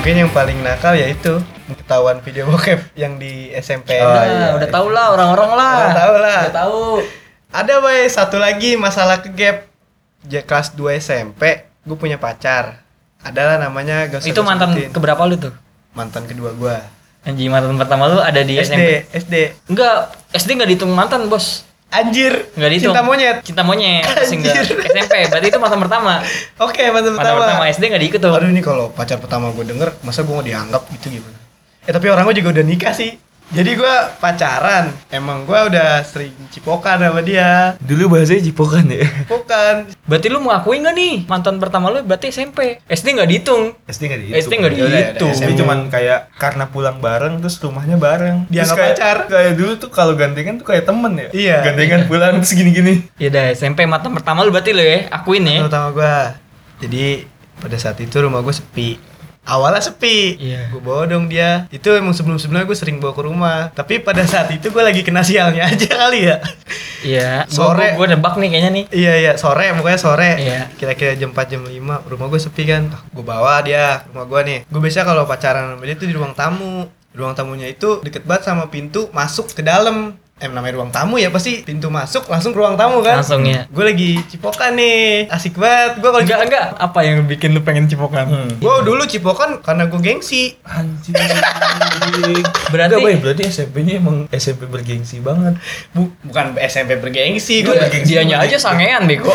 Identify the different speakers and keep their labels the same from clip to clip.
Speaker 1: mungkin yang paling nakal ya itu ketahuan video bokep yang di SMP
Speaker 2: Oh,
Speaker 1: Nah,
Speaker 2: iya,
Speaker 1: udah
Speaker 2: udah tau lah orang-orang lah.
Speaker 1: Udah tau lah.
Speaker 2: Udah tau.
Speaker 1: ada bay satu lagi masalah ke gap Ja- kelas 2 SMP gue punya pacar adalah namanya gak usah
Speaker 2: Itu
Speaker 1: gua
Speaker 2: mantan
Speaker 1: sebutin.
Speaker 2: keberapa lu tuh?
Speaker 1: mantan kedua gua
Speaker 2: Anjing mantan pertama lu ada di
Speaker 1: SD
Speaker 2: SMP.
Speaker 1: SD
Speaker 2: Enggak, SD enggak dihitung mantan, Bos.
Speaker 1: anjir
Speaker 2: Enggak dihitung.
Speaker 1: cinta monyet
Speaker 2: Cinta monyet. terus enggak.
Speaker 1: Anjir.
Speaker 2: SMP, berarti itu mantan pertama.
Speaker 1: oke mantan
Speaker 2: Mantan
Speaker 1: pertama,
Speaker 2: pertama SD enggak diikut tuh.
Speaker 1: aduh ini kalau pacar pertama gue denger masa gue mau dianggap gitu gimana eh tapi orang gue juga udah nikah sih jadi gua pacaran emang gua udah sering cipokan sama dia
Speaker 3: Dulu bahasanya jipokan ya.
Speaker 1: cipokan
Speaker 2: Berarti lu mengakui enggak nih mantan pertama lu berarti SMP. SD enggak dihitung.
Speaker 3: SD nggak
Speaker 2: SD nggak
Speaker 1: Yaudah, yaudah,
Speaker 2: dihitung.
Speaker 1: SD.
Speaker 3: Jadi cuman kayak karena pulang bareng terus rumahnya bareng. Terus
Speaker 1: Dianggap
Speaker 3: kayak,
Speaker 1: pacar.
Speaker 3: Kayak dulu tuh kalau gandengan tuh kayak temen ya.
Speaker 1: Iya.
Speaker 3: Gandengan pulang terus gini-gini.
Speaker 2: Ya udah SMP mantan pertama lu berarti lu ya, akuin ya.
Speaker 1: pertama gua jadi pada saat itu rumah gue sepi awalnya sepi
Speaker 2: Iya.
Speaker 1: gue bawa dong dia itu emang sebelum sebelumnya gue sering bawa ke rumah tapi pada saat itu gue lagi kena sialnya aja kali ya
Speaker 2: Iya.
Speaker 1: Sore.
Speaker 2: Sore. Gua, gua nebak nih kayaknya nih.
Speaker 1: iya iya sore pokoknya sore
Speaker 2: Iya.
Speaker 1: kira-kira jam 4 jam 5 rumah gue sepi kan gue bawa dia ke rumah gue nih gue biasa kalau pacaran sama dia tuh di ruang tamu ruang tamunya itu deket banget sama pintu masuk ke dalam em namanya ruang tamu ya pasti pintu masuk langsung ke ruang tamu kan
Speaker 2: Langsung ya.
Speaker 1: gue lagi cipokan nih asik banget gue kalau
Speaker 2: Enggak enggak apa yang bikin lu pengen cipokan?
Speaker 3: Hmm.
Speaker 1: Gue dulu cipokan karena gue gengsi.
Speaker 3: Anjing.
Speaker 2: Berarti-
Speaker 3: Nggak, Bay, ya, berarti SMP-nya emang SMP bergengsi banget.
Speaker 1: Bu- bukan SMP bergengsi
Speaker 2: Itu
Speaker 1: gue.
Speaker 3: bergengsi.
Speaker 2: Iya, dianya aja sangean bego.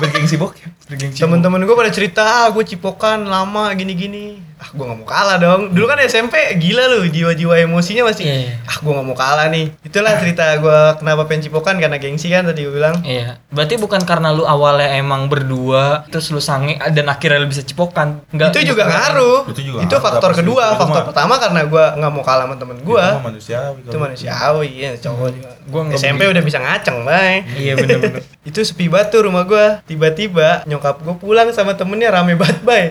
Speaker 3: Bergengsi bokep. Bergengsi.
Speaker 1: Temen-temen gue pada cerita, ah, gue cipokan lama gini-gini. Ah, gue nggak mau kalah dong. Dulu kan SMP gila lu, jiwa-jiwa emosinya masih.
Speaker 2: Iya, iya.
Speaker 1: Ah, gue nggak mau kalah nih. Itulah cerita gue kenapa pengen cipokan karena gengsi kan tadi gue bilang.
Speaker 2: Iya, berarti bukan karena lu awalnya emang berdua terus lu sange dan akhirnya lu bisa cipokan. gitu. Enggak.
Speaker 1: itu juga ngaruh.
Speaker 3: Itu juga
Speaker 1: Itu
Speaker 3: ngaruh,
Speaker 1: faktor
Speaker 3: pasti.
Speaker 1: kedua.
Speaker 3: Itu
Speaker 1: Faktor
Speaker 3: mah-
Speaker 1: pertama karena gue nggak mau kalah sama temen gue.
Speaker 3: Itu mah manusiawi
Speaker 1: Itu
Speaker 3: kalau-
Speaker 1: manusiawi, ya cowok juga.
Speaker 2: Gua nggak
Speaker 1: SMP
Speaker 2: begitu.
Speaker 1: udah bisa ngaceng, bay.
Speaker 2: Iya benar-benar.
Speaker 1: itu sepi banget tuh rumah gua tiba-tiba nyokap gua pulang sama temennya rame banget bay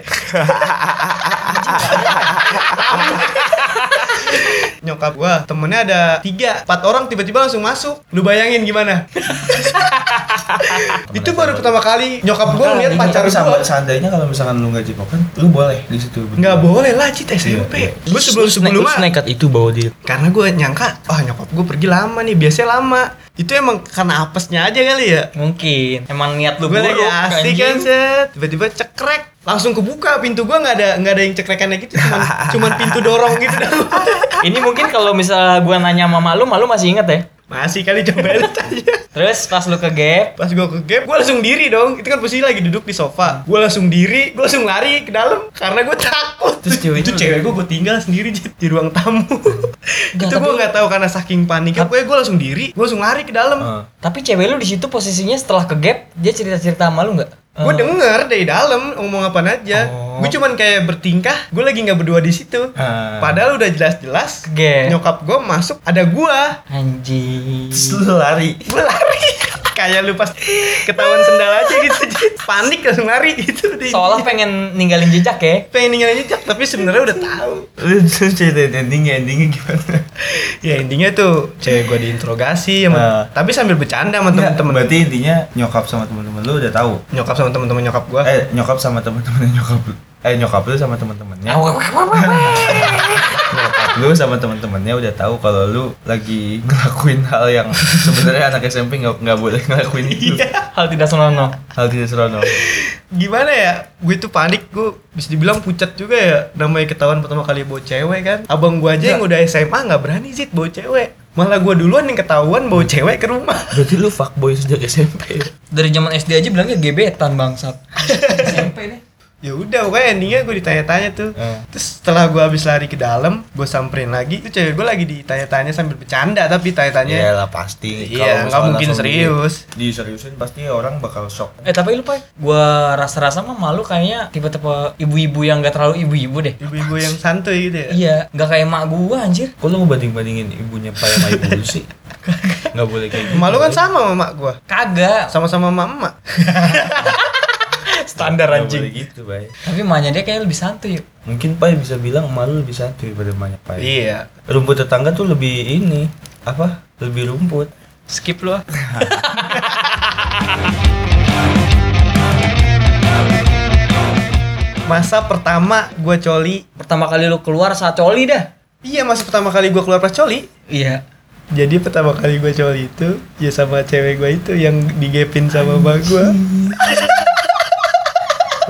Speaker 1: nyokap gua temennya ada tiga empat orang tiba-tiba langsung masuk lu bayangin gimana itu baru pertama kali nyokap gua
Speaker 3: Tapi
Speaker 1: ngeliat pacar
Speaker 3: sama
Speaker 1: gua
Speaker 3: seandainya kalau misalkan lu nggak cipokan, lu boleh di situ. berdua.
Speaker 1: nggak boleh lah cit
Speaker 3: Iya,
Speaker 1: SMP
Speaker 3: iya.
Speaker 1: gua sebelum
Speaker 3: Terus
Speaker 1: sebelumnya
Speaker 3: nekat itu bawa dia.
Speaker 1: karena gua nyangka wah nyokap gua pergi lama nih biasanya lama itu emang karena apesnya aja kali ya
Speaker 2: Mungkin emang niat lu
Speaker 1: gue
Speaker 2: buruk.
Speaker 1: lagi asik kan
Speaker 2: anjing.
Speaker 1: set tiba-tiba cekrek langsung kebuka pintu gua nggak ada nggak ada yang cekrekannya gitu cuman cuman pintu dorong gitu doang.
Speaker 2: Ini mungkin kalau misalnya gua nanya sama lu, malu masih inget ya.
Speaker 1: masih kali jembel aja
Speaker 2: Terus pas lu ke gap,
Speaker 1: pas gua ke gap gua langsung diri dong itu kan posisi lagi duduk di sofa gua langsung diri gua langsung lari ke dalam karena gua takut
Speaker 2: Terus cewek
Speaker 1: itu
Speaker 2: itu
Speaker 1: cewek gua gua tinggal sendiri Jit, di ruang tamu itu
Speaker 2: tapi-
Speaker 1: gua nggak tahu karena saking paniknya pokoknya gua langsung diri gua langsung lari ke dalam
Speaker 3: Heeh.
Speaker 2: tapi cewek lu di situ posisinya setelah ke gap, dia cerita-cerita sama lu Eh, enggak?
Speaker 1: Gua denger dari dalam ngomong apa aja
Speaker 2: ah. Oh.
Speaker 1: Gua cuman kayak bertingkah gua lagi nggak berdua di situ
Speaker 3: Ah.
Speaker 1: Padahal udah jelas-jelas
Speaker 2: Ke gap.
Speaker 1: nyokap gue masuk ada gua
Speaker 2: Anjing.
Speaker 3: Terus lu lari.
Speaker 1: gue lari kayak lu pas ketahuan sendal aja gitu Jit. panik langsung lari gitu di
Speaker 2: Seolah pengen ninggalin jejak ya.
Speaker 1: pengen ninggalin jejak tapi sebenarnya udah tahu
Speaker 3: Ah. Lu lu ceritain endingnya, endingnya gimana?
Speaker 1: ya intinya tuh cewek gue diinterogasi sama-
Speaker 3: Nah.
Speaker 1: tapi sambil bercanda sama
Speaker 3: Enggak,
Speaker 1: temen-temen
Speaker 3: Iya, berarti intinya nyokap sama temen-temen lu udah tahu.
Speaker 1: nyokap sama temen-temen nyokap gue
Speaker 3: Eh, nyokap sama temen-temen nyokap lu. Eh, nyokap lu sama
Speaker 1: Ya.
Speaker 3: temen-temennya. Nyokap lu sama temen-temennya udah tahu kalau lu lagi ngelakuin hal yang sebenarnya anak SMP nggak nggak boleh ngelakuin itu.
Speaker 1: Iya.
Speaker 2: Hal tidak senonoh.
Speaker 3: Hal tidak serono.
Speaker 1: gimana ya gue tuh panik gue bisa dibilang pucat juga ya namanya ketahuan pertama kali bawa cewek kan abang gue aja yang udah SMA nggak berani sih bawa cewek malah gue duluan yang ketahuan bawa cewek ke rumah
Speaker 3: Berarti lu fuckboy sejak SMP.
Speaker 2: Dari zaman SD aja bilangnya gebetan bangsat. SMP nih.
Speaker 1: ya udah pokoknya endingnya gue ditanya-tanya tuh
Speaker 3: Eh.
Speaker 1: terus setelah gue habis lari ke dalam gue samperin lagi itu cewek gue lagi ditanya-tanya sambil bercanda tapi tanya-tanya
Speaker 3: Iyalah pasti.
Speaker 1: Iya,
Speaker 3: Kalau
Speaker 1: nggak
Speaker 3: misalkan
Speaker 1: mungkin
Speaker 3: langsung di-
Speaker 1: serius.
Speaker 3: Diseriusin pasti orang bakal shock.
Speaker 2: Eh tapi lu Pai, gua rasa-rasa mah malu kayaknya tipe-tipe ibu-ibu yang gak terlalu ibu-ibu deh.
Speaker 1: ibu-ibu yang santuy gitu ya
Speaker 2: Iya, gak kayak mak gua anjir.
Speaker 3: Kok lu mau banding-bandingin ibunya Pak sama ibu lu sih? Nggak boleh kayak gitu.
Speaker 1: malu kan sama sama emak gue
Speaker 2: Kagak.
Speaker 1: sama-sama sama emak
Speaker 2: Standar
Speaker 3: Nggak boleh gitu, Bay.
Speaker 2: Tapi maknya dia kayaknya lebih santuy.
Speaker 3: Mungkin Pai bisa bilang malu lebih santuy daripada banyak Pai.
Speaker 1: iya
Speaker 3: Rumput tetangga tuh lebih ini apa? Lebih rumput.
Speaker 2: Skip lu ah.
Speaker 1: masa pertama gue coli
Speaker 2: pertama kali lu keluar saat coli dah.
Speaker 1: Iya masih pertama kali gue keluar pas coli
Speaker 2: Iya.
Speaker 1: Jadi pertama kali gue coli itu Ya sama cewek gue itu yang digepin sama mbak gue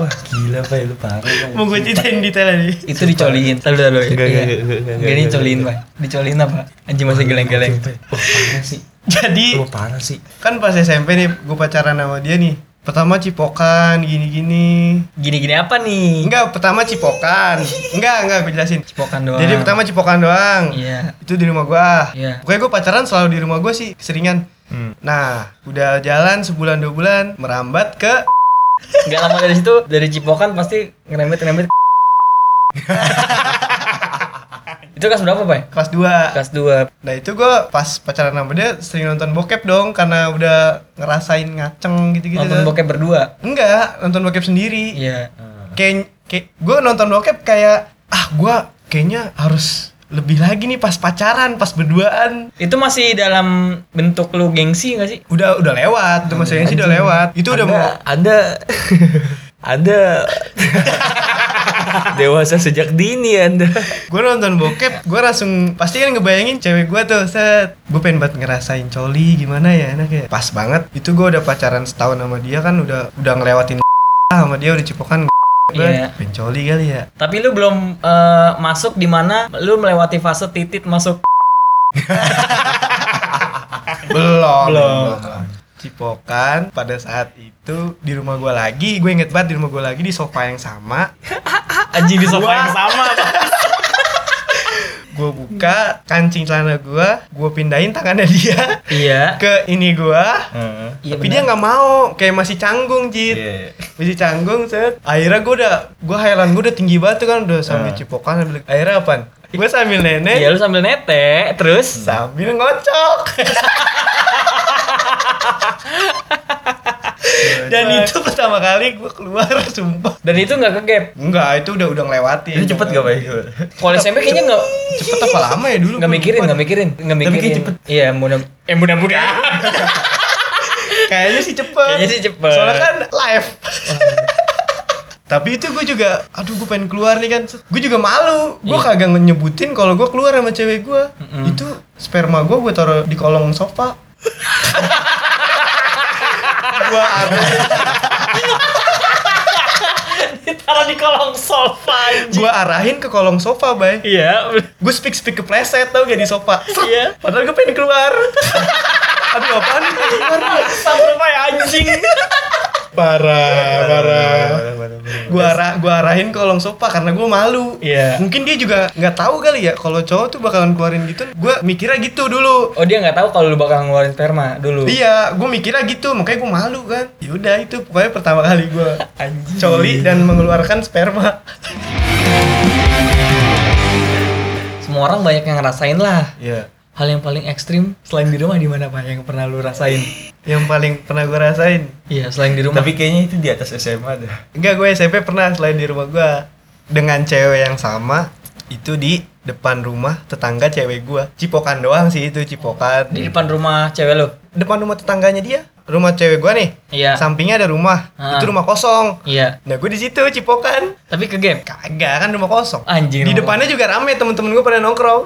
Speaker 3: Wah gila pak, lu parah Pak.
Speaker 1: Mau gue ceritain detail nih
Speaker 2: Itu dicoliin. Tahu dulu.
Speaker 3: Enggak,
Speaker 2: Iya.
Speaker 3: enggak, enggak, enggak,
Speaker 2: Gak
Speaker 3: enggak,
Speaker 2: dicoliin, Pak. Dicoliin apa? Anjing masih geleng-geleng.
Speaker 3: Sumpah, Wah parah sih
Speaker 1: Jadi
Speaker 3: Wah parah sih
Speaker 1: kan pas SMP nih gue pacaran sama dia nih Pertama cipokan gini-gini
Speaker 2: Gini-gini apa nih?
Speaker 1: Enggak pertama cipokan Enggak enggak gue jelasin
Speaker 2: Cipokan doang.
Speaker 1: Jadi pertama cipokan doang
Speaker 2: Iya.
Speaker 1: Itu di rumah gue
Speaker 2: Iya.
Speaker 1: Pokoknya gue pacaran selalu di rumah gue sih keseringan
Speaker 3: Hmm.
Speaker 1: Nah udah jalan sebulan dua bulan Merambat ke
Speaker 2: Gak lama dari situ dari Cipokan pasti ngerembet-ngerembet. itu kelas berapa, Pak?
Speaker 1: kelas 2
Speaker 2: Kelas 2.
Speaker 1: Nah itu gue pas pacaran sama dia sering nonton bokep dong Karena udah ngerasain ngaceng gitu-gitu
Speaker 2: Nonton
Speaker 1: kan.
Speaker 2: bokep berdua.
Speaker 1: Enggak, nonton bokep sendiri
Speaker 2: Iya.
Speaker 1: kayak gue nonton bokep kayak ah gue kayaknya harus lebih lagi nih pas pacaran pas berduaan
Speaker 2: Itu masih dalam bentuk lu gengsi gak sih?
Speaker 1: udah udah lewat tuh maksudnya sih udah lewat itu udah mau
Speaker 4: Anda Anda dewasa sejak dini Anda.
Speaker 1: gue nonton bokep gue langsung pasti kan ngebayangin cewek gue tuh set gue pengen banget ngerasain coli gimana ya enak ya pas banget itu gue udah pacaran setahun sama dia kan udah udah ngelewatin sama dia udah cipokan
Speaker 2: Iya.
Speaker 1: pengen coli kali ya
Speaker 2: Tapi lu belum eh, masuk di mana lu melewati fase titit masuk.
Speaker 1: belum
Speaker 2: Belum.
Speaker 1: cipokan pada saat itu di rumah gue lagi gue inget banget di rumah gue lagi di sofa yang sama
Speaker 2: Anjing di sofa yang sama.
Speaker 1: gue buka kancing celana gue gue pindahin tangannya dia
Speaker 2: Iya.
Speaker 1: ke ini gue
Speaker 3: Heeh.
Speaker 2: Iya
Speaker 1: tapi dia
Speaker 2: benar.
Speaker 1: nggak mau kayak masih canggung jit
Speaker 3: Iya
Speaker 1: masih canggung set akhirnya gue udah gue heran gue udah tinggi banget tuh kan udah sambil
Speaker 3: Ah.
Speaker 1: cipokan sambil akhirnya apaan gue sambil
Speaker 2: Iya
Speaker 1: nenek
Speaker 2: lu sambil nete terus
Speaker 1: sambil ngocok dan itu pertama kali gue keluar sumpah
Speaker 2: dan itu nggak kegap.
Speaker 1: Enggak, itu udah udah ngelewatin.
Speaker 3: Itu Iya. cepet gak Pak?
Speaker 2: Kalau SMP kayaknya nggak
Speaker 1: Cepet apa lama ya dulu?
Speaker 2: nggak
Speaker 1: gua
Speaker 2: mikirin,
Speaker 1: lupa.
Speaker 2: nggak mikirin, nggak
Speaker 3: Tapi kayak
Speaker 2: mikirin.
Speaker 3: cepet.
Speaker 2: Iya, mudah eh mudah-mudahan.
Speaker 1: Kayaknya sih cepet.
Speaker 2: Kayaknya sih cepet.
Speaker 1: Soalnya kan live. Tapi itu gue juga, aduh gue pengen keluar nih kan Gue juga malu Gue
Speaker 2: Iya.
Speaker 1: kagak nyebutin kalau gue keluar sama cewek gue Itu sperma gue gue taruh di kolong sofa Gue
Speaker 2: Ditaruh di kolong sofa. anjing.
Speaker 1: gua arahin ke kolong sofa, Bay
Speaker 2: Iya.
Speaker 1: Gue speak-speak ke pleset tau gak di sofa
Speaker 2: Iya.
Speaker 1: Padahal gue pengen keluar Aduh apaan nih pengen keluar nih?
Speaker 2: Sama rumah anjing.
Speaker 1: parah parah gua arah gua arahin ke kolong sofa karena gua malu
Speaker 2: Iya.
Speaker 1: mungkin dia juga nggak tahu kali ya kalau cowok tuh bakalan keluarin gitu gua mikirnya gitu dulu
Speaker 2: Oh, dia nggak tahu kalau lu bakal ngeluarin sperma dulu.
Speaker 1: iya gua mikirnya gitu makanya gua malu kan yaudah itu pokoknya pertama kali gua
Speaker 2: Anjing.
Speaker 1: coli dan mengeluarkan sperma
Speaker 2: Semua orang banyak yang ngerasain lah.
Speaker 1: Iya
Speaker 2: Hal yang paling ekstrim selain di rumah di mana pak yang pernah lu rasain?
Speaker 1: yang paling pernah gua rasain
Speaker 2: Iya selain di rumah.
Speaker 3: Tapi kayaknya itu di atas SMA dah
Speaker 1: enggak gue SMP pernah selain di rumah gua dengan cewek yang sama itu di depan rumah tetangga cewek gua cipokan doang sih itu cipokan
Speaker 2: di depan rumah cewek lu.
Speaker 1: depan rumah tetangganya dia rumah cewek gua nih
Speaker 2: Iya.
Speaker 1: sampingnya ada rumah
Speaker 2: Ah.
Speaker 1: itu rumah kosong
Speaker 2: Iya.
Speaker 1: nah gue di situ cipokan
Speaker 2: Tapi ke game.
Speaker 1: kagak kan rumah kosong
Speaker 2: Anjing,
Speaker 1: di
Speaker 2: rumah
Speaker 1: depannya juga rame temen-temen gue pada nongkrong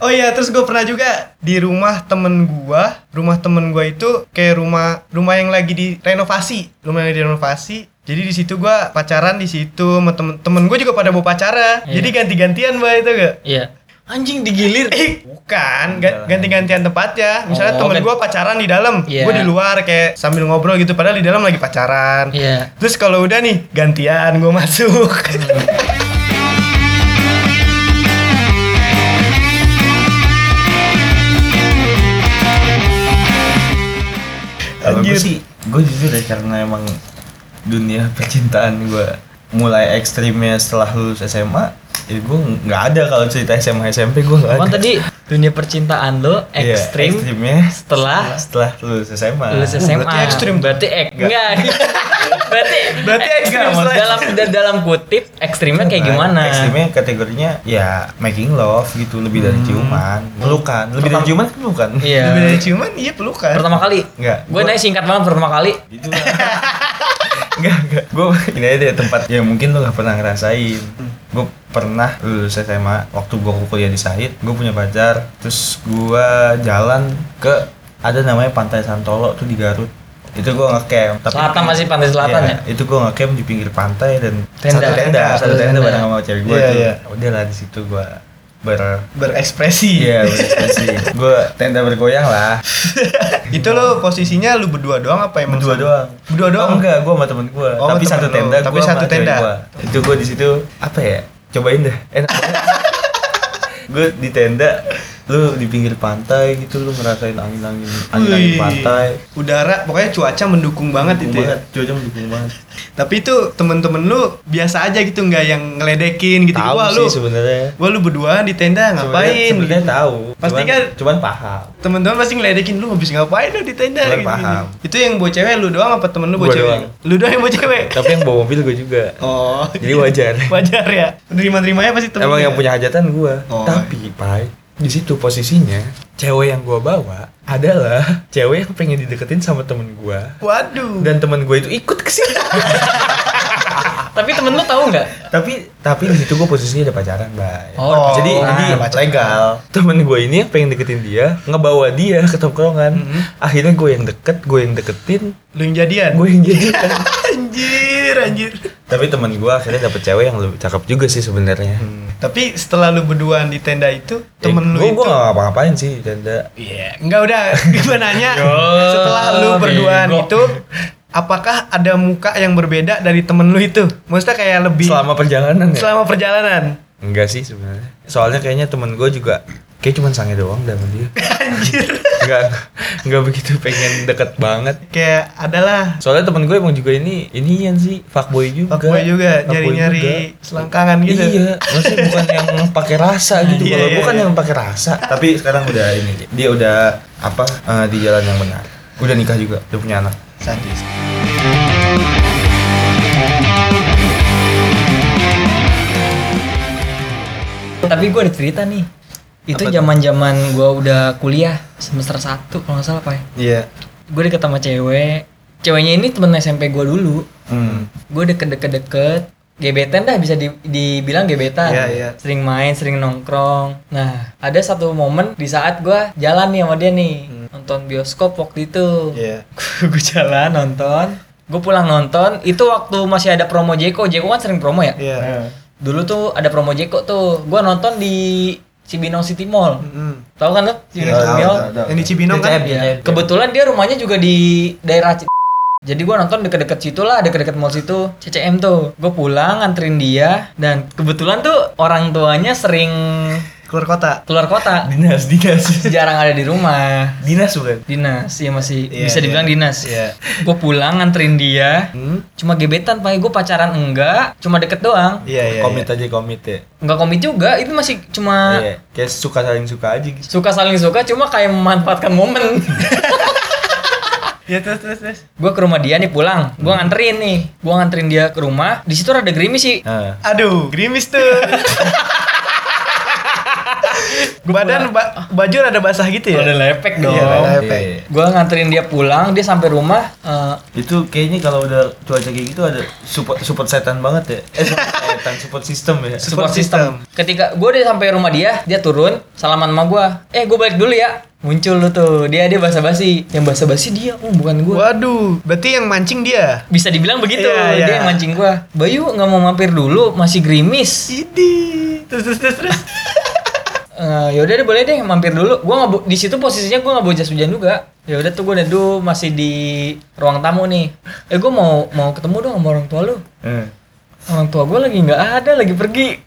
Speaker 1: oh iya terus gue pernah juga di rumah temen gua rumah temen gua itu kayak rumah rumah yang lagi direnovasi rumah yang lagi direnovasi jadi di situ gua pacaran di situ sama temen-temen gue juga pada mau pacara
Speaker 2: Iya.
Speaker 1: jadi ganti-gantian mbak itu gak
Speaker 2: Iya. Anjing digilir.
Speaker 1: Eh, bukan ga- ganti-gantian tempatnya. Misalnya
Speaker 2: Oh,
Speaker 1: temen
Speaker 2: ganti-
Speaker 1: gue pacaran di dalam,
Speaker 2: Iya.
Speaker 1: gue di luar kayak sambil ngobrol gitu. Padahal di dalam lagi pacaran.
Speaker 2: Iya.
Speaker 1: Terus kalau udah nih gantian gue masuk.
Speaker 3: Kalau
Speaker 1: Anjir.
Speaker 3: gue sih, gue jujur ya karena emang dunia percintaan gue mulai ekstrimnya setelah lulus SMA, ya gue nggak ada kalau cerita SMA SMP gue nggak ada.
Speaker 2: Kan tadi dunia percintaan lo
Speaker 3: Iya,
Speaker 2: ekstrim
Speaker 3: ekstrimnya
Speaker 2: setelah
Speaker 3: setelah lulus SMA.
Speaker 2: Ah. lulus SMA.
Speaker 1: berarti ekstrim.
Speaker 2: Berarti ek enggak. berarti
Speaker 1: Berarti ekstrim
Speaker 2: Enggak,
Speaker 1: setelah-
Speaker 2: dalam da- dalam kutip ekstrimnya Kan kayak
Speaker 3: Nah,
Speaker 2: gimana?
Speaker 3: Ekstrimnya kategorinya ya making love gitu lebih dari ciuman, pelukan, lebih dari ciuman kan bukan?
Speaker 2: Hmm. Iya.
Speaker 1: Lebih dari ciuman iya pelukan.
Speaker 2: Pertama kali.
Speaker 3: Enggak.
Speaker 2: Gue naik singkat banget pertama kali.
Speaker 3: Gitu lah. Enggak, enggak. Gue ini aja deh tempat yang mungkin lo gak pernah ngerasain. Gue pernah lulus SMA waktu gua kuliah di Said gua punya pacar terus gua jalan ke ada namanya Pantai Santolo tuh di Garut itu gua ngecamp
Speaker 2: Selatan masih Pantai Selatan
Speaker 3: Iya, itu gua ngecamp di pinggir pantai dan
Speaker 2: Tenda.
Speaker 3: satu tenda satu tenda bareng sama cewek gua
Speaker 1: Iya,
Speaker 3: tuh
Speaker 1: iya.
Speaker 3: udah lah di situ gua ber
Speaker 1: berekspresi
Speaker 3: iya berekspresi gua tenda bergoyang lah
Speaker 1: itu lo posisinya lu berdua doang apa emang
Speaker 3: berdua
Speaker 1: sama-
Speaker 3: doang
Speaker 1: berdua doang
Speaker 3: oh, enggak gue sama temen gue
Speaker 1: Oh,
Speaker 3: tapi
Speaker 1: temen
Speaker 3: satu
Speaker 1: lu.
Speaker 3: tenda
Speaker 1: Tapi
Speaker 3: gua sama
Speaker 1: satu
Speaker 3: cewek
Speaker 1: tenda.
Speaker 3: gua. itu gue di situ apa ya cobain deh enak gue di tenda lu di pinggir pantai gitu lu ngerasain angin angin angin angin
Speaker 1: Wih,
Speaker 3: pantai
Speaker 1: udara pokoknya cuaca mendukung banget
Speaker 3: Dukung
Speaker 1: itu ya.
Speaker 3: banget cuaca mendukung banget
Speaker 1: tapi itu temen-temen lu biasa aja gitu nggak yang ngeledekin gitu
Speaker 3: tahu
Speaker 1: wah lu
Speaker 3: sih sebenarnya
Speaker 1: wah lu berdua di tenda
Speaker 3: Sebenarnya-
Speaker 1: ngapain
Speaker 3: sebenarnya tahu
Speaker 1: Pasti
Speaker 3: cuman,
Speaker 1: kan-
Speaker 3: cuman paham
Speaker 1: temen-temen pasti ngeledekin lu habis ngapain lu di tenda
Speaker 3: Cuman
Speaker 1: gitu,
Speaker 3: paham.
Speaker 1: itu yang bawa cewek lu doang apa temen lu bawa
Speaker 3: Gua
Speaker 1: cewek
Speaker 3: doang.
Speaker 1: lu doang yang bawa cewek
Speaker 3: tapi yang bawa mobil gue juga
Speaker 1: oh
Speaker 3: jadi wajar
Speaker 1: wajar ya nerima-nerimanya pasti temen lu
Speaker 3: emang yang
Speaker 1: ya?
Speaker 3: punya hajatan gue
Speaker 1: Oh.
Speaker 3: tapi pai di situ posisinya cewek yang gue bawa adalah cewek yang pengen dideketin sama temen gue
Speaker 1: waduh
Speaker 3: dan teman gue itu ikut ke situ.
Speaker 2: Tapi temen lu tahu nggak?
Speaker 3: tapi tapi di situ gue posisinya ada pacaran, Bay.
Speaker 1: Oh,
Speaker 2: Oh,
Speaker 3: jadi
Speaker 1: nah,
Speaker 3: jadi
Speaker 1: ada pacaran.
Speaker 3: legal. Temen gue ini yang pengen deketin dia, ngebawa dia ke tongkrongan.
Speaker 1: Mhm.
Speaker 3: Akhirnya gue yang deket, gue yang deketin,
Speaker 1: lu yang jadian
Speaker 3: gue yang jadikan.
Speaker 1: anjir anjir
Speaker 3: tapi teman gue akhirnya dapet cewek yang lebih cakep juga sih sebenarnya. Eh,
Speaker 1: tapi setelah lu berduaan di tenda itu Hmm. temen lu
Speaker 3: gue,
Speaker 1: itu
Speaker 3: gue gak ngapa-ngapain sih tanda.
Speaker 1: Iya, enggak udah gue nanya setelah lu
Speaker 2: bego.
Speaker 1: berduaan itu apakah ada muka yang berbeda dari temen lu itu? Maksudnya kayak lebih
Speaker 3: Selama perjalanan ya?
Speaker 1: selama perjalanan.
Speaker 3: Enggak sih sebenarnya. Soalnya kayaknya temen gue juga kayak cuman sange doang dan sama dia.
Speaker 1: Anjir.
Speaker 3: Enggak enggak begitu pengen deket banget.
Speaker 1: Kayak adalah
Speaker 3: Soalnya temen gue emang juga ini inian sih fuckboy juga.
Speaker 1: fuckboy juga
Speaker 3: Fuckboy
Speaker 1: nyari-nyari
Speaker 3: juga.
Speaker 1: selangkangan gitu.
Speaker 3: Iya, maksudnya bukan yang pakai rasa gitu.
Speaker 1: Iya,
Speaker 3: Kalau
Speaker 1: iya,
Speaker 3: bukan
Speaker 1: iya.
Speaker 3: yang pakai rasa. Tapi sekarang udah ini dia udah apa eh, di jalan yang benar. Udah nikah juga, udah punya anak.
Speaker 1: Sadis.
Speaker 2: Tapi gue ada cerita nih. Itu zaman-zaman gue udah kuliah semester 1 kalau nggak salah pak.
Speaker 1: Iya.
Speaker 2: Gue deket sama cewek. Ceweknya ini temen SMP gue dulu.
Speaker 3: Hmm.
Speaker 2: Gue deket-deket-deket. Gebetan dah bisa di- dibilang gebetan.
Speaker 1: Iya, iya.
Speaker 2: Sering main, sering nongkrong. Nah, ada satu momen di saat gue jalan nih sama dia nih. Nonton bioskop waktu itu.
Speaker 1: Iya.
Speaker 2: gue jalan nonton gue pulang nonton itu waktu masih ada promo Jeko Jeko kan sering promo ya
Speaker 1: Iya.
Speaker 2: dulu tuh ada promo Jeko tuh gue nonton di Cibinong City Mall
Speaker 1: Mm.
Speaker 2: tahu kan lo Cibinong
Speaker 3: Iya,
Speaker 2: City
Speaker 3: tahu,
Speaker 2: Mall
Speaker 3: tahu, tahu.
Speaker 1: Yang di Cibinong kan?
Speaker 2: Iya. kebetulan dia rumahnya juga di daerah C- jadi gue nonton deket-deket situ lah, deket-deket mall situ, CCM tuh. Gue pulang nganterin dia, dan kebetulan tuh orang tuanya sering
Speaker 1: Keluar kota.
Speaker 2: keluar kota.
Speaker 3: Dinas, dinas.
Speaker 2: Jarang ada di rumah.
Speaker 3: dinas bukan?
Speaker 2: Dinas, ya masih
Speaker 1: Iya,
Speaker 2: bisa dibilang
Speaker 1: iya.
Speaker 2: dinas.
Speaker 1: Iya.
Speaker 2: Gue pulang nganterin dia,
Speaker 3: Hmm?
Speaker 2: cuma gebetan pak, gue pacaran enggak, cuma deket doang,
Speaker 1: Iya, iya.
Speaker 3: komit
Speaker 1: Komit.
Speaker 3: aja komit ya.
Speaker 2: enggak komit juga, itu masih cuma
Speaker 3: Iya. Kayak suka saling suka aja gitu.
Speaker 2: suka saling suka, cuma kayak memanfaatkan momen.
Speaker 1: Iya, terus terus terus.
Speaker 2: gue ke rumah dia nih pulang, gue nganterin nih, gue nganterin dia ke rumah, di situ rada gerimis sih,
Speaker 3: Nah,
Speaker 1: Aduh, gerimis tuh. Badan ba- baju ada basah gitu ya?
Speaker 2: rada lepek dong.
Speaker 1: Iya, rada lepek.
Speaker 3: iya.
Speaker 2: gue nganterin dia pulang, dia sampai rumah, eh,
Speaker 3: Itu kayaknya kalau udah cuaca kayak gitu ada support support setan banget ya. Eh support setan, support system ya.
Speaker 2: support system. Ketika gue udah sampai rumah dia, dia turun, salaman sama gue. Eh, gue balik dulu ya. Muncul lu tuh. Dia dia basa-basi. Yang basa-basi dia, oh bukan gue.
Speaker 1: Waduh, berarti yang mancing dia.
Speaker 2: Bisa dibilang begitu.
Speaker 1: Iya, iya.
Speaker 2: Dia yang mancing gue. Bayu nggak mau mampir dulu, masih gerimis.
Speaker 1: Idi. Terus terus terus. terus.
Speaker 2: Eh, yaudah deh boleh deh mampir dulu. Gua nggak bo- di situ posisinya gue nggak bawa jas hujan juga. Ya udah tuh gue dan Du masih di ruang tamu nih. Eh gue mau mau ketemu dong sama orang tua lu.
Speaker 3: Eh.
Speaker 2: Orang tua gue lagi nggak ada, lagi pergi.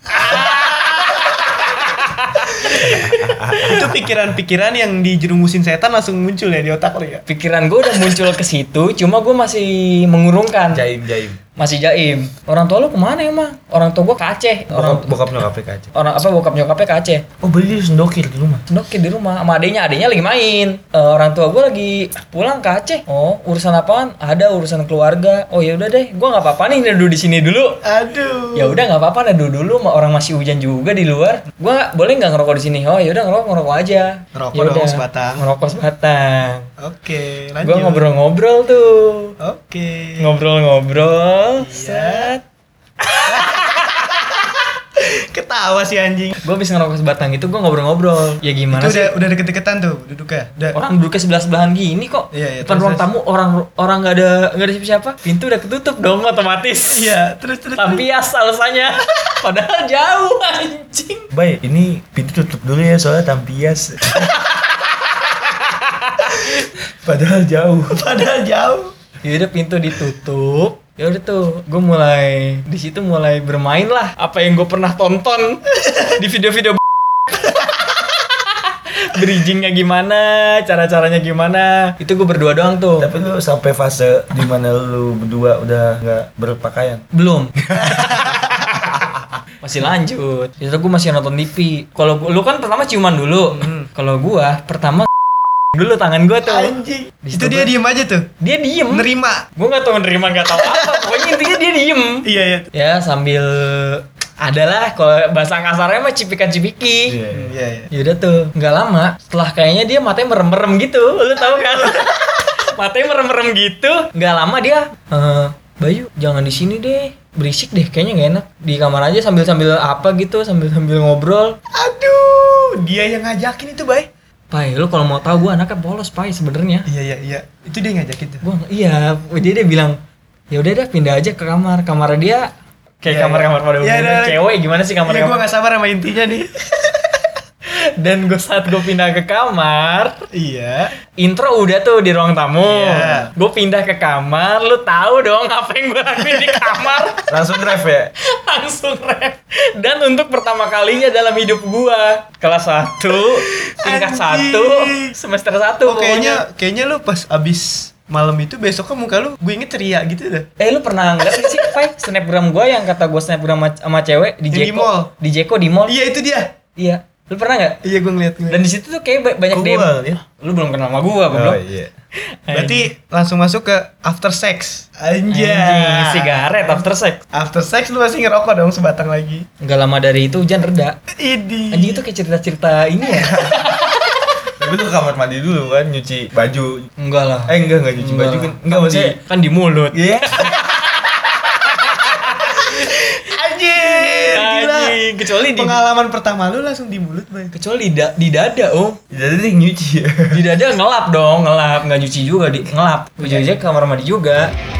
Speaker 1: Itu pikiran-pikiran yang dijerumusin setan langsung muncul ya di otak lo ya.
Speaker 2: Pikiran gue udah muncul ke situ, cuma gue masih mengurungkan.
Speaker 3: Jaim jaim.
Speaker 2: masih jaim orang tua lu kemana emang orang tua gua ke Aceh
Speaker 1: Oh.
Speaker 2: orang
Speaker 3: Bokap, bokap nyokapnya aja.
Speaker 2: orang apa bokap nyokapnya ke Aceh
Speaker 3: Oh, beli sendokir di rumah.
Speaker 2: Sendokin di rumah sama adenya adenya lagi main Eh, orang tua gua lagi pulang ke Aceh oh urusan apaan ada urusan keluarga oh ya udah deh gua nggak apa-apa nih duduk di sini dulu
Speaker 1: Aduh.
Speaker 2: ya udah nggak apa-apa nadu dulu ma- orang masih hujan juga di luar gua boleh nggak ngerokok di sini oh ya udah ngerokok ngerokok aja
Speaker 1: Ngerokok
Speaker 2: Ya
Speaker 1: dong,
Speaker 2: udah,
Speaker 1: sebatang.
Speaker 2: ngerokok sebatang
Speaker 1: Oke, lanjut. Iya.
Speaker 2: gua ngobrol-ngobrol tuh
Speaker 1: Oke. Iya.
Speaker 2: ngobrol-ngobrol set
Speaker 1: ketawa sih anjing.
Speaker 2: gue habis ngerokok sebatang itu gue ngobrol-ngobrol ya gimana
Speaker 1: itu
Speaker 2: sih
Speaker 1: udah udah deket-deketan tuh duduknya. Udah.
Speaker 2: orang duduknya sebelah sebelahan gini kok
Speaker 1: Iya, iya,
Speaker 2: depan
Speaker 1: terus,
Speaker 2: ruang
Speaker 1: terus.
Speaker 2: tamu orang orang nggak ada nggak ada siapa siapa pintu udah ketutup dong otomatis
Speaker 1: Iya, terus terus.
Speaker 2: lampias alasannya padahal jauh anjing
Speaker 3: Bay, ini pintu tutup dulu ya soalnya tampias. Padahal jauh.
Speaker 1: Padahal jauh.
Speaker 2: Yaudah Ya pintu ditutup. Ya udah tuh, gue mulai di situ mulai bermain lah apa yang gue pernah tonton di video-video bridgingnya gimana, cara-caranya gimana. Itu gue berdua doang tuh.
Speaker 3: Tapi lu sampai fase dimana lu berdua udah nggak berpakaian.
Speaker 2: Belum. masih lanjut. Itu gue masih nonton TV. Kalau gua- lu kan pertama ciuman dulu.
Speaker 1: Hmm.
Speaker 2: Kalau gua pertama dulu tangan gua tuh.
Speaker 1: Anjing.
Speaker 2: Di
Speaker 1: Itu
Speaker 2: situ
Speaker 1: dia
Speaker 2: gua-
Speaker 1: diem aja tuh.
Speaker 2: Dia diem.
Speaker 1: Nerima.
Speaker 2: Gue gak tau nerima gak tau apa. Pokoknya intinya dia diem.
Speaker 1: Iya, iya.
Speaker 2: ya sambil adalah kalau bahasa kasarnya mah cipikan-cipiki.
Speaker 1: Hmm, Iya, iya.
Speaker 2: Yaudah Ya tuh, nggak lama setelah kayaknya dia matanya merem-merem gitu, lu tahu kan? matanya merem-merem gitu, nggak lama dia, "Eh, Bayu jangan di sini deh, berisik deh, kayaknya nggak enak di kamar aja sambil sambil apa gitu, sambil sambil ngobrol.
Speaker 1: Aduh, dia yang ngajakin itu, Bay.
Speaker 2: Pai, lu kalau mau tahu gue anaknya polos pai sebenarnya.
Speaker 1: Iya, iya, iya. Itu dia yang ngajakin tuh.
Speaker 2: Gua nggak- iya, dia dia bilang, ya udah dah pindah aja ke kamar, kamar dia kayak
Speaker 1: Iya,
Speaker 2: kamar-kamar pada
Speaker 1: iya.
Speaker 2: umumnya
Speaker 1: Iya, iya, iya.
Speaker 2: cewek gimana sih kamar
Speaker 1: Iya, gua gak sabar sama intinya nih.
Speaker 2: Dan gue saat gue pindah ke kamar,
Speaker 1: iya.
Speaker 2: intro udah tuh di ruang tamu.
Speaker 1: Iya.
Speaker 2: Gue pindah ke kamar, lu tahu dong apa yang gue lakuin di kamar.
Speaker 3: Langsung ref ya.
Speaker 2: Langsung rap. Dan untuk pertama kalinya dalam hidup gue, kelas 1, tingkat
Speaker 1: Anjing.
Speaker 2: 1, semester 1
Speaker 1: Oh, kayaknya kayaknya lu pas abis malam itu besoknya muka lu gue inget ceria gitu dah.
Speaker 2: Eh lu pernah ngeliat nggak sih, Pai? Snapgram gue yang kata gue snapgram sama- sama cewek di
Speaker 1: Yang di
Speaker 2: Jeko.
Speaker 1: mall.
Speaker 2: Di Jeko, di mall.
Speaker 1: Iya, itu dia.
Speaker 2: Iya. Lu pernah nggak?
Speaker 1: Iya, gue ngeliat gue.
Speaker 2: Dan di situ tuh kayak ba- banyak
Speaker 3: Gua
Speaker 2: DM.
Speaker 3: liat.
Speaker 2: Lu belum kenal sama gue, belum?
Speaker 3: Oh iya.
Speaker 1: ya? Berarti langsung masuk ke after sex. Anjay.
Speaker 2: Anjing, sigaret after sex.
Speaker 1: After sex lu masih ngerokok dong sebatang lagi.
Speaker 2: Nggak lama dari itu hujan reda.
Speaker 1: Idi.
Speaker 2: Anjing itu kayak cerita-cerita ini ya?
Speaker 3: Tapi lu ke kamar mandi dulu kan nyuci baju.
Speaker 2: Enggak lah.
Speaker 3: Eh enggak enggak nyuci
Speaker 1: 嗯
Speaker 3: baju kan. Enggak maksudnya.
Speaker 2: kan di mulut.
Speaker 3: Iya.
Speaker 1: Anjir, gila.
Speaker 2: Anjing, kecuali di
Speaker 1: Pengalaman pertama lu langsung di mulut, Bay.
Speaker 2: kecuali di, da- di dada, oh. Om.
Speaker 3: Jadi nyuci ya.
Speaker 2: Di dada ngelap dong, ngelap, nggak nyuci juga di ngelap. Ujung-ujungnya ke kamar mandi juga.